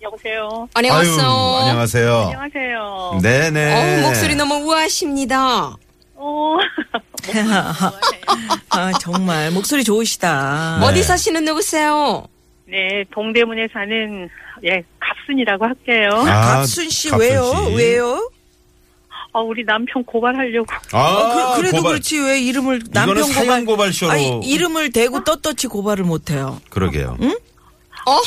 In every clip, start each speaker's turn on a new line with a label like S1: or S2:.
S1: 여보세요.
S2: 안녕하세요.
S3: 아유, 안녕하세요.
S1: 안녕하세요.
S3: 음. 네네.
S2: 어우, 목소리 너무 우아하십니다.
S1: 어,
S4: 아, 정말 목소리 좋으시다.
S3: 네.
S2: 어디 사시는 누구세요?
S1: 네, 동대문에 사는 예 갑순이라고 할게요.
S3: 아,
S4: 갑순 씨 왜요?
S3: 씨.
S4: 왜요?
S1: 아, 우리 남편 고발하려고.
S3: 아,
S4: 어, 그, 래도
S3: 고발.
S4: 그렇지 왜 이름을 남편
S3: 이거는 사연
S4: 고발
S3: 고발 쇼로.
S4: 아니, 이름을 대고 떳떳이 고발을 못해요.
S3: 그러게요.
S4: 어,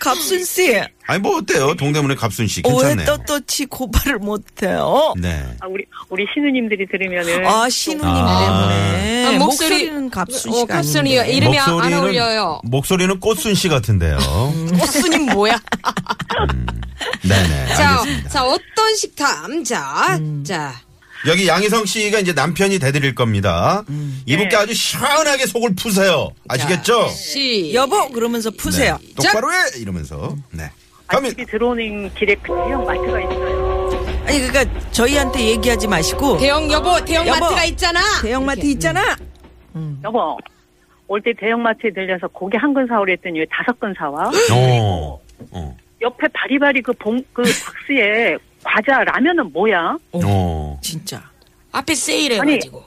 S4: 갑순 씨,
S3: 아니 뭐 어때요? 동대문의 갑순 씨
S4: 왜
S3: 괜찮네요.
S4: 떳떳이 고발을 못해요?
S3: 네.
S1: 아, 우리, 우리 시누님들이 들으면은.
S4: 아 신우님
S3: 아.
S4: 때문에
S2: 아,
S4: 목소리,
S2: 목소리-
S4: 네, 목소리는 갑순
S2: 어,
S4: 씨가
S2: 갑순이요.
S4: 아닌데.
S2: 이름이 안 어울려요.
S3: 목소리는 꽃순 씨 같은데요.
S2: 꽃순이 뭐야?
S3: 네네.
S2: 자,
S3: 알겠습니다.
S2: 자, 어떤 식탐? 자,
S4: 음.
S2: 자.
S3: 여기 양희성 씨가 이제 남편이 대드릴 겁니다. 이분께
S1: 네.
S3: 아주 시원하게 속을 푸세요. 아시겠죠?
S2: 음. 자, 시.
S4: 여보 그러면서 푸세요.
S3: 네. 똑바로 해 이러면서. 네.
S1: 아,
S3: 가면
S1: 집이 들어오는 길에 그 대형 마트가 있어요.
S3: 네.
S4: 아니 그러니까 저희한테 얘기하지 마시고
S2: 대형 여보, 대형
S4: 여보.
S2: 마트가 있잖아.
S4: 대형마트
S2: 이렇게. 음.
S4: 있잖아.
S1: 여보, 올 때 대형 마트에 들려서 고기 한 근 사오라 했더니 왜 다섯 근 사와?
S3: 어. 어.
S1: 옆에 바리바리 그 봉, 그 박스에 과자, 라면은 뭐야?
S3: 어.
S4: 진짜.
S2: 앞에 세일해가지고.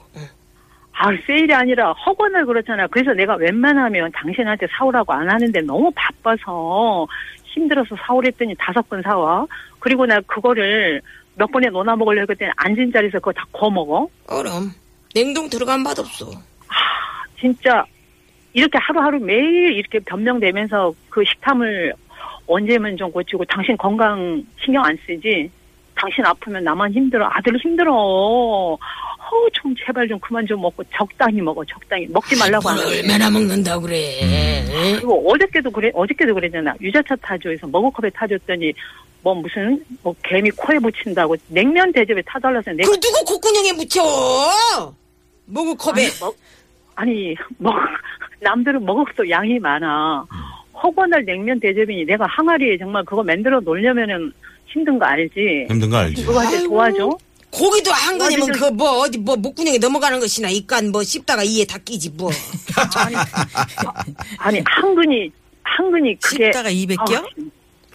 S1: 아, 세일이 아니라 허건을 그렇잖아. 그래서 내가 웬만하면 당신한테 사오라고 안 하는데 너무 바빠서 힘들어서 사오랬더니 다섯 건 사와. 그리고 나 그거를 몇 번에 넣어놔 먹으려고 했더니 앉은 자리에서 그거 다 거먹어.
S2: 얼음. 냉동 들어간 맛 없어.
S1: 진짜 이렇게 하루하루 매일 이렇게 변명되면서 그 식탐을 언제면 좀 고치고 당신 건강 신경 안 쓰지. 당신 아프면 나만 힘들어. 아들 힘들어. 어, 좀 제발 좀 그만 좀 먹고 적당히 먹어. 적당히 먹지 말라고
S2: 뭘
S1: 하는
S2: 얼마나 먹는다 그래.
S1: 그리고 어저께도 그래 어저께도 그랬잖아 유자차 타줘에서 머그컵에 타줬더니 뭐 무슨 뭐 개미 코에 붙인다고 냉면 대접에 타달라서 내가
S2: 그걸 누구 콧구멍에 묻혀? 먹을
S4: 그
S2: 컵에.
S1: 먹, 아니 먹 남들은 먹어도 양이 많아 허건할 냉면 대접이니 내가 항아리에 정말 그거 만들어 놓으려면은 힘든 거 알지
S3: 힘든 거 알지?
S1: 누구한테
S2: 아이고.
S1: 도와줘
S2: 고기도 한 거냐면
S1: 어디서-
S2: 그 뭐 어디 뭐 목구멍에 넘어가는 것이나 이깐 뭐 씹다가 이에 다 끼지 뭐.
S1: 아니 한근이 한근이 그게
S4: 씹다가 입에
S1: 아,
S4: 끼어?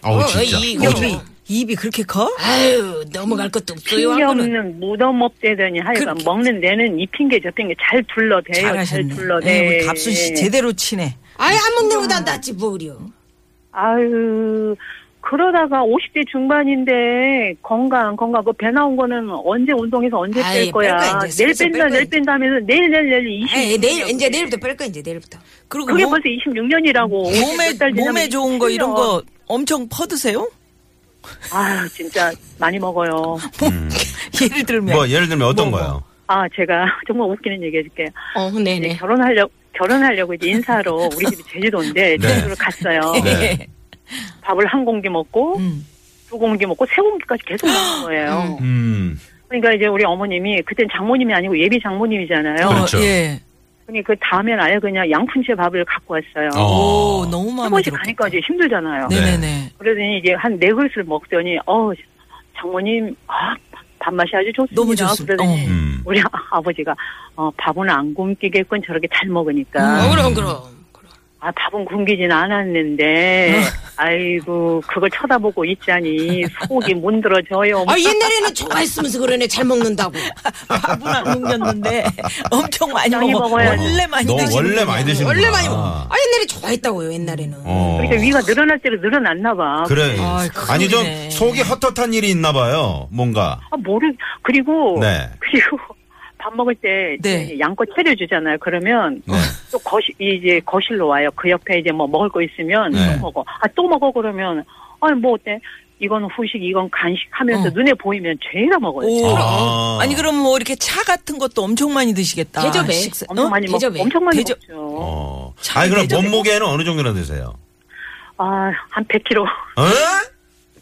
S3: 아우 진짜.
S2: 이
S3: 어,
S4: 입이 입이 그렇게 커?
S2: 아유 넘어갈 것도 없어요
S1: 힘이
S2: 한 거는.
S1: 없는 무덤업대더니 하여간
S4: 그 그렇게-
S1: 먹는 데는 입힌 게 접힌 게 잘 둘러대요 잘
S4: 잘하셨네. 예,
S1: 둘러대
S4: 우리 갑순 씨 제대로 치네.
S2: 아유 안 먹는 거다 낫지 뭐려.
S1: 아유, 그러다가 50대 중반인데 건강, 건강, 그 배 나온 거는 언제 운동해서 언제
S2: 아이,
S1: 뺄 거야.
S2: 뺄 거야, 이제
S1: 내일
S2: 슬슬 뺄
S1: 뺀다,
S2: 거야,
S1: 내일
S2: 이제.
S1: 뺀다 하면서 내일, 내일, 내일 20.
S2: 에이 내일 이제 내일부터 뺄 거야 이제 내일부터.
S4: 그리고
S1: 그게
S4: 몸,
S1: 벌써 26년이라고.
S4: 뭐 몸에 몸에 좋은 거 이런 거 엄청 퍼드세요?
S1: 아유, 진짜 많이 먹어요.
S4: 예를 들면
S3: 뭐 예를 들면 어떤
S4: 뭐,
S3: 거요?
S1: 아, 제가 정말 웃기는 얘기 해줄게요.
S2: 어
S1: 이제
S2: 네네.
S1: 결혼하려고, 결혼하려고 이제 인사로 우리 집이 제주도인데
S3: 네.
S1: 제주도를 갔어요.
S3: 네.
S1: 밥을 한 공기 먹고
S4: 음.
S1: 두 공기 먹고 세 공기까지 계속 먹는 거예요.
S3: 음.
S1: 그러니까 이제 우리 어머님이 그땐 장모님이 아니고 예비 장모님이잖아요.
S3: 그렇죠.
S4: 어, 예.
S1: 근데 그 다음엔 아예 그냥 양푼채 밥을 갖고 왔어요.
S3: 어.
S4: 오 너무
S1: 한
S4: 마음에
S1: 번씩
S4: 들어.
S1: 가니까 이제 힘들잖아요.
S3: 네.
S4: 네네네.
S1: 그러더니 이제 한 네 그릇을 먹더니 어 장모님 아 밥맛이 아주 좋습니다.
S4: 너무 좋습니다.
S1: 그러더니
S4: 어.
S3: 음.
S1: 우리 아- 아버지가 어 밥은 안 굶기겠군 저렇게 잘 먹으니까
S2: 어, 그럼 그럼. 그럼.
S1: 아 밥은 굶기진 않았는데 아이고 그걸 쳐다보고 있자니 속이 문드러져요.
S2: 아 옛날에는 좋아했으면서 그러네 잘 먹는다고.
S4: 밥은 안 옮겼는데 엄청 많이
S1: 많이
S4: 먹어.
S1: 먹어야지.
S4: 원래 많이
S3: 너
S4: 드시는
S3: 원래
S4: 분이야.
S3: 많이 드시는
S2: 원래 많이 먹어. 아 옛날에 좋아했다고요 옛날에는.
S3: 음. 어.
S1: 그러니까 위가 늘어날 대로 늘어났나 봐.
S3: 그래.
S4: 아이,
S3: 아니 좀
S4: 큰일이네.
S3: 속이 헛헛한 일이 있나 봐요. 뭔가.
S1: 아 모르 그리고
S3: 네.
S1: 그리고 밥 먹을 때
S4: 네.
S1: 이제 양껏 차려주잖아요. 그러면
S3: 네.
S1: 또 거실 이제 거실로 와요. 그 옆에 이제 뭐 먹을 거 있으면
S3: 네.
S1: 또 먹어. 아 또 먹어 그러면 아니 뭐 어때? 이건 후식, 이건 간식하면서
S4: 어.
S1: 눈에 보이면 죄다 먹어요.
S4: 오.
S3: 아.
S4: 아니 그럼 뭐 이렇게 차 같은 것도 엄청 많이 드시겠다.
S2: 대접에.
S1: 엄청
S4: 어?
S1: 많이 먹,
S2: 대접에.
S1: 엄청 많이
S4: 대접.
S1: 먹죠.
S3: 어.
S4: 참
S3: 아니 그럼
S4: 예전에
S3: 몸무게는 어느 정도나 되세요?
S1: 아한 100kg.
S3: 어?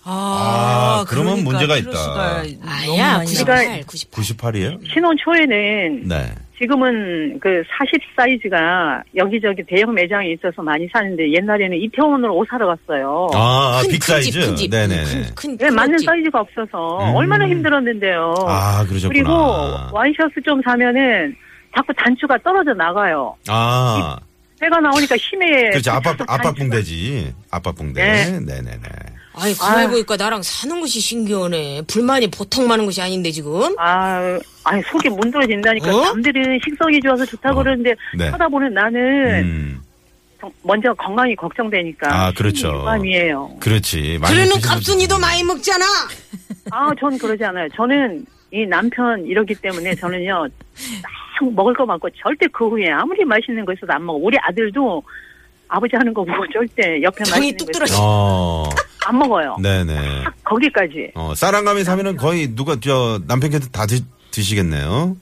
S4: 아, 그러니까
S3: 아, 그러면 문제가 있다.
S2: 아야 98, 98.
S3: 98이에요?
S1: 신혼 초에는
S3: 네.
S1: 지금은 그 40 사이즈가 여기저기 대형 매장에 있어서 많이 사는데 옛날에는 이태원으로 옷 사러 갔어요.
S3: 아,
S2: 큰-
S3: 빅
S2: 큰
S3: 사이즈.
S2: 집, 큰 집.
S3: 네네.
S2: 큰- 큰-
S1: 왜
S2: 큰
S1: 예, 맞는
S2: 집.
S1: 사이즈가 없어서
S3: 음.
S1: 얼마나 힘들었는데요.
S3: 아, 그러셨구나.
S1: 어. 그리고 와이셔츠 좀 사면은 자꾸 단추가 떨어져 나가요.
S3: 아.
S1: 해가 나오니까 심해.
S3: 그렇지. 아빠 아빠 붕대지. 아빠 붕대.
S1: 네.
S3: 네, 네, 네.
S2: 아이 가만히
S1: 아유.
S2: 보니까 나랑 사는 것이 신기하네. 불만이 보통 많은 것이 아닌데 지금.
S1: 아, 아니, 속이 문드러진다니까.
S2: 어?
S1: 남들은 식성이 좋아서 좋다고
S3: 어.
S1: 그러는데,
S3: 네.
S1: 쳐다보는 나는,
S3: 음.
S1: 정- 먼저 건강이 걱정되니까.
S3: 아, 그렇죠.
S1: 마이에요
S3: 그렇지. 많이
S2: 그러는
S3: 드시는
S2: 갑순이도 많이 먹잖아.
S1: 아, 전 그러지 않아요. 저는 이 남편 이러기 때문에 저는요, 딱 먹을 거 많고 절대 그 후에 아무리 맛있는 거 있어도 안 먹어. 우리 아들도 아버지 하는 거 보고 절대 옆에
S2: 정이
S1: 맛있는
S2: 뚝
S1: 거
S2: 떨어지-
S1: 있어도
S3: 어,
S1: 안 먹어요.
S3: 네네.
S1: 딱 거기까지.
S3: 어, 사랑감이 사면은 거의 누가 저 남편께서 다 드, 드시겠네요.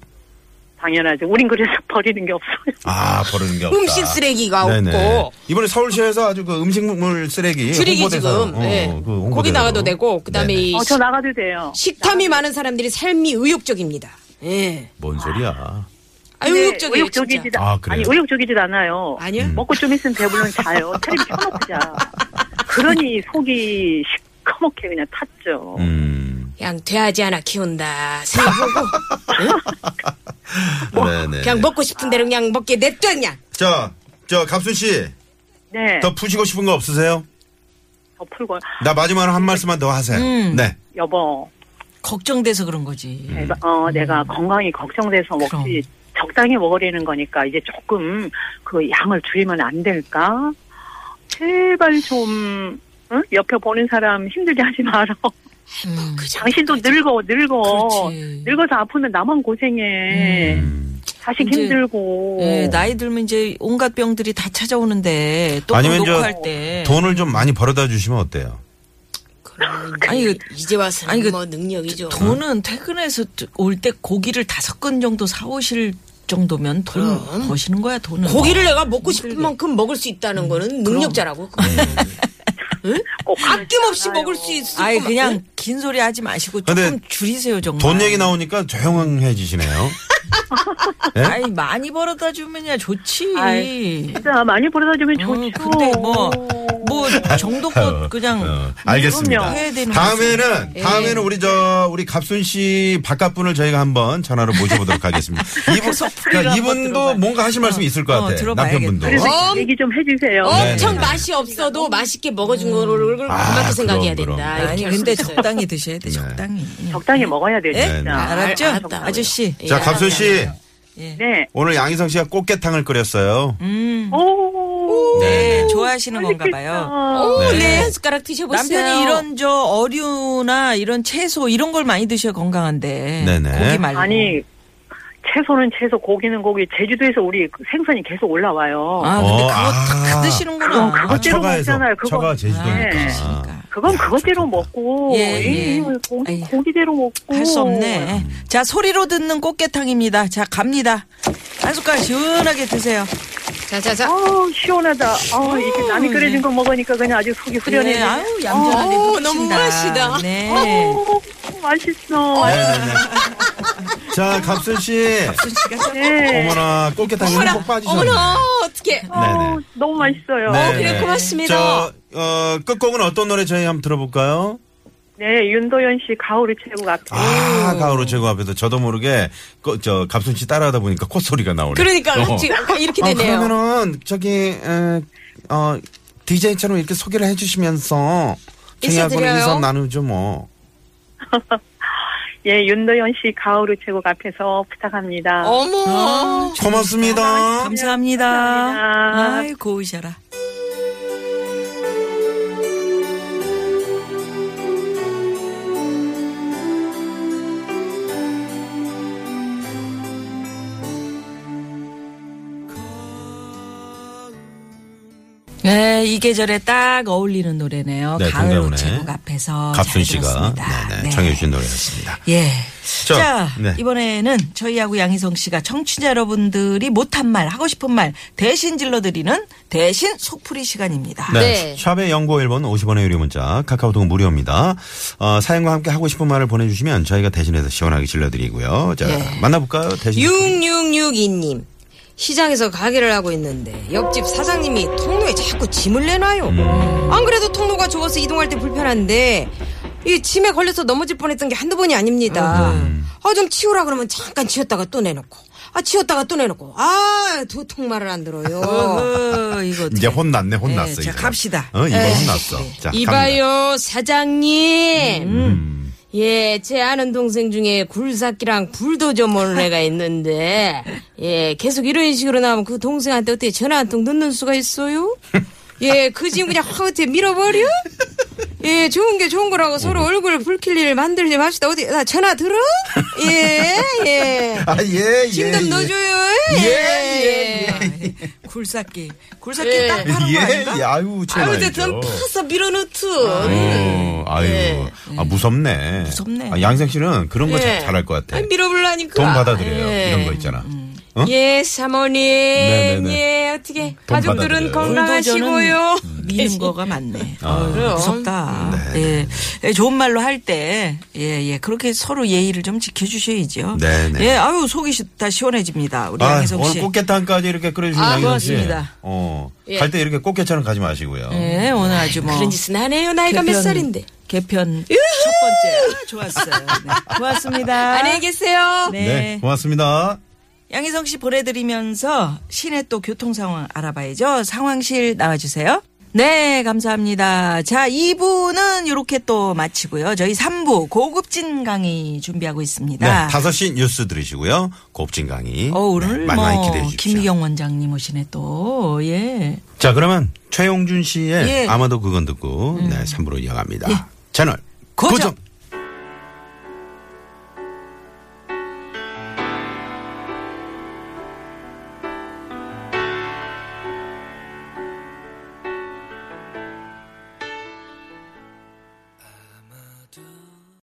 S1: 당연하죠. 우린 그래서 버리는 게 없어요.
S3: 아, 버리는 게 없다.
S2: 음식 쓰레기가 아, 없고
S3: 이번에 서울시에서 아주 그 음식물 쓰레기
S2: 줄이기
S3: 홍보대사로,
S2: 지금
S3: 어,
S2: 네.
S3: 그 홍보대사로.
S2: 거기 나가도 되고 그다음에
S3: 네네.
S2: 이
S1: 어, 저 나가도 돼요.
S2: 식탐이 많은 사람들이 삶이 의욕적입니다. 예.
S3: 뭔 소리야?
S2: 아, 의욕적이에요. 진짜.
S1: 의욕적이지도,
S3: 아,
S1: 아,
S3: 그래요? 음.
S1: 니 의욕적이지도 않아요.
S2: 아니요.
S1: 먹고 좀 있으면 배부르면 자요. 차라리 켜놓자. 그러니 속이 시커멓게 그냥 탔죠.
S3: 음.
S2: 그냥 돼하지 않아 키운다 생각하고
S3: 네네.
S2: 뭐, 그냥 먹고 싶은 대로 그냥 먹게 냅둬 그냥.
S3: 자, 저 갑순 씨,
S1: 네. 더,
S3: 더 푸시고 싶은 거 없으세요?
S1: 풀고,
S3: 나 마지막으로 한 말씀만 더 하세요.
S4: 음.
S3: 네.
S1: 여보,
S4: 걱정돼서 그런 거지.
S1: 내가, 어, 내가 건강이 걱정돼서 먹지. 적당히 먹으려는 거니까 이제 조금 그 양을 줄이면 안 될까? 제발 좀, 응? 옆에 보는 사람 힘들게 하지 마라.
S4: 음.
S2: 그 정도.
S1: 당신도 늙어, 늙어.
S4: 그렇지.
S1: 늙어서 아프면 나만 고생해.
S3: 음.
S1: 자식
S4: 이제,
S1: 힘들고.
S4: 예, 나이 들면 이제 온갖 병들이 다 찾아오는데 또
S3: 아니면
S4: 아니면
S3: 저
S4: 녹화할 때
S2: 네.
S3: 돈을 좀 많이 벌어다 주시면 어때요?
S2: 그럼
S4: 아니,
S2: 이제,
S4: 그-
S2: 이제 와서는
S4: 아니, 그-
S2: 뭐 능력이죠.
S4: 돈은 퇴근해서 올 때 고기를 다섯 근 정도 사오실 정도면 돈
S2: 그럼.
S4: 버시는 거야 돈은
S2: 고기를 내가 먹고 싶은 만큼 먹을 수
S4: 음,
S2: 있다는 거는 능력자라고.
S1: 꼭
S2: 아낌없이
S1: 그러지
S2: 먹을
S1: 않아요.
S2: 수 있을
S4: 아예
S2: 것만-
S4: 그냥 긴 소리 하지 마시고
S3: 근데
S4: 조금 줄이세요 정말
S2: 음.
S3: 돈 얘기 나오니까 조용해지시네요. 예?
S4: 아니 많이 벌어다 주면야 좋지
S1: 아이, 진짜 많이 벌어다 주면
S4: 어,
S1: 좋죠.
S4: 근데 뭐, 뭐 정도껏 그냥
S3: 어, 알겠습니다.
S1: 그럼요.
S4: 해야 되는
S3: 다음에는 다음에는 우리 저 우리 갑순 씨 바깥분을 저희가 한번 전화로 모셔보도록 하겠습니다. 이분 그러니까
S4: 그래서 풀이를 한번
S3: 이분도
S4: 들어봐요.
S3: 뭔가 하실 말씀이 있을 것
S4: 어,
S3: 같아요.
S4: 들어봐야겠다.
S3: 남편분도.
S1: 그래서
S2: 엄-
S1: 얘기 좀 해주세요.
S4: 네,
S2: 엄청 맛이 없어도 맛있게 먹어준 거를 그렇게 생각해야
S3: 아, 그럼,
S2: 된다.
S3: 그럼.
S2: 이렇게
S4: 음. 아니
S2: 할수
S4: 근데
S2: 있어요.
S4: 적당히 드셔야 돼 적당히
S1: 적당히 먹어야 돼요.
S4: 예?
S3: 네.
S1: 진짜.
S4: 알았죠
S2: 아, 알았다.
S4: 아저씨
S2: 예,
S3: 자 갑순 씨
S1: 네.
S3: 오늘 양희성 씨가 꽃게탕을 끓였어요.
S4: 음.
S2: 음.
S1: 오.
S4: 네 좋아하시는 건가 봐요
S2: 오,
S3: 네.
S2: 네. 한 숟가락 드셔보세요.
S4: 남편이 이런 저 어류나 이런 채소 이런 걸 많이 드셔야 건강한데
S3: 네네.
S4: 고기 말고
S1: 아니 채소는 채소, 고기는 고기. 제주도에서 우리 그 생선이 계속 올라와요.
S4: 아 근데
S3: 어,
S4: 그거
S3: 아.
S4: 다
S2: 어,
S4: 드시는구나
S3: 아,
S1: 그것대로
S3: 처가에서
S1: 먹잖아요, 그거.
S3: 처가 제주도니까.
S1: 네.
S4: 그러니까.
S1: 그건 그것대로 먹고
S4: 예,
S1: 이-
S4: 예.
S1: 이 고,
S4: 아이.
S1: 고기대로 먹고
S4: 할 수 없네. 자, 소리로 듣는 꽃게탕입니다. 자, 갑니다. 한 숟갈 시원하게 드세요. 네.
S2: 자자자.
S1: 아 시원하다. 아 이렇게 남이 끓여준
S4: 예.
S1: 거 먹으니까 그냥 아주 속이 후련해.
S4: 네, 아우, 얌전하게
S2: 오,
S4: 흐르신다.
S2: 어, 너무 맛있다. 어.
S4: 네.
S1: 맛있어.
S3: 네, 자 갑순 씨.
S1: 네.
S3: 어머나 꽃게탕에 꼭 빠지셨네.
S2: 어머나 어떻게?
S1: 어, 너무 맛있어요.
S3: 네네.
S2: 그래, 고맙습니다.
S3: 저, 어, 끝곡은 어떤 노래 저희 한번 들어볼까요?
S1: 네, 윤도현 씨 가오를 채우고 앞에.
S3: 아, 가을로 제고 앞에서 저도 모르게, 그, 저, 갑순 씨 따라하다 보니까 콧소리가 나오네.
S2: 그러니까
S3: 어.
S2: 지금 이렇게
S3: 어,
S2: 되네요.
S3: 그러면은, 저기, 에, 어, DJ처럼 이렇게 소개를 해주시면서, 저희하고는
S2: 인사드려요.
S3: 인사 나누죠, 뭐.
S1: 예, 윤도현 씨 가오를 채우고 앞에서
S2: 어,
S1: 부탁합니다.
S3: 아.
S2: 어머.
S3: 고맙습니다.
S4: 감사합니다.
S1: 감사합니다.
S4: 아이, 고우셔라. 네, 이 계절에 딱 어울리는 노래네요.
S3: 네,
S4: 가을
S3: 동대문의
S4: 우체국 앞에서
S3: 갑순
S4: 잘
S3: 씨가,
S4: 들었습니다.
S3: 네네,
S4: 네.
S3: 청해주신 노래였습니다.
S4: 예.
S3: 자,
S4: 자,
S3: 네.
S4: 이번에는 저희하고 양희성 씨가 청취자 여러분들이 못한 말, 하고 싶은 말 대신 질러드리는 대신 속풀이 시간입니다.
S3: 네.
S2: 네.
S3: 샵의 연고 1번 50원의 유료 문자, 카카오톡은 무료입니다. 어, 사연과 함께 하고 싶은 말을 보내주시면 저희가 대신해서 시원하게 질러드리고요. 자,
S4: 네.
S3: 만나볼까요? 대신.
S2: 6662님. 시장에서 가게를 하고 있는데 옆집 사장님이 통로에 자꾸 짐을 내놔요. 안 그래도 통로가 좁아서 이동할 때 불편한데 이 짐에 걸려서 넘어질 뻔했던 게 한두 번이 아닙니다. 아 좀 치우라 그러면 잠깐 치웠다가 또 내놓고 아 치웠다가 또 내놓고 아 도통 말을 안
S4: 아,
S2: 들어요.
S4: 어허, 이거
S3: 이제 혼났네, 혼났어.
S4: 네, 자,
S3: 이제.
S4: 갑시다.
S3: 어, 이거 혼났어. 자, 갑니다. 음.
S2: 이봐요 사장님. 예, 제 아는 동생 중에 굴삭기랑 불도저 모는 애가 있는데, 예, 계속 이런 식으로 나오면 그 동생한테 어떻게 전화 한 통 넣는 수가 있어요? 예, 그 지금 그냥 확 어떻게 밀어버려? 예, 좋은 게 좋은 거라고
S3: 음.
S2: 서로 얼굴 붉힐 일을 만들지 맙시다. 어디, 나 전화 들어? 예, 예.
S3: 아, 예, 예.
S2: 힘좀
S3: 예.
S2: 넣어줘요.
S3: 예,
S2: 예, 예.
S4: 굴삭기. 굴삭기 딱 파는 거
S3: 예,
S4: 아닌가?
S3: 예, 아유,
S2: 아유, 근데
S3: 제발이죠.
S2: 전 파서 밀어넣트.
S3: 어, 아유,
S2: 예.
S3: 아 무섭네.
S4: 네. 무섭네. 네.
S3: 아, 양생 씨는 그런 거
S2: 예.
S3: 잘- 잘할 것 같아.
S2: 아니, 밀어보려니까.
S3: 네. 돈 받아들여요.
S2: 예.
S3: 이런 거 있잖아.
S4: 음.
S3: 어?
S2: 예, 사모님.
S3: 네네네.
S2: 예, 어떻게.
S3: 돈
S2: 가족들은
S3: 받아들여요.
S2: 건강하시고요.
S4: 미는 거가 많네. 어,
S3: 아. 음. 네,
S2: 그럼.
S4: 무섭다. 예. 예, 좋은 말로 할 때, 예, 예. 그렇게 서로 예의를 좀 지켜주셔야죠.
S3: 네, 네.
S4: 예, 아유, 속이 시- 다 시원해집니다. 우리
S3: 아,
S4: 양혜성 씨.
S3: 오늘 꽃게탕까지 이렇게 끓여주신
S2: 아,
S3: 양희성 씨.
S4: 고맙습니다.
S3: 어,
S2: 예.
S3: 갈 때 이렇게 꽃게처럼 가지 마시고요.
S4: 예, 오늘 아주 뭐.
S2: 그런 짓은 안 해요. 나이가 몇
S4: 개편-
S2: 살인데.
S4: 개편 첫 번째. 아, 좋았어요. 네. 고맙습니다.
S2: 안녕히 계세요.
S4: 네.
S3: 네. 고맙습니다.
S4: 양희성 씨 보내드리면서 시내 또 교통 상황 알아봐야죠. 상황실 나와주세요. 네, 감사합니다. 자, 2부는 이렇게 또 마치고요. 저희 3부 고급진 강의 준비하고
S3: 네,
S4: 있습니다.
S3: 5시 뉴스 들으시고요. 곱진 강의.
S4: 아. 어, 오늘
S3: 네, 많이
S4: 뭐
S3: 많이 기대해 주십시오.
S4: 김미경 원장님 오시네 또. 예.
S3: 자, 그러면 최용준 씨의
S4: 예. 음.
S3: 아마도 그건 듣고 네, 3부로 이어갑니다. 채널
S4: 고정.
S3: 고정.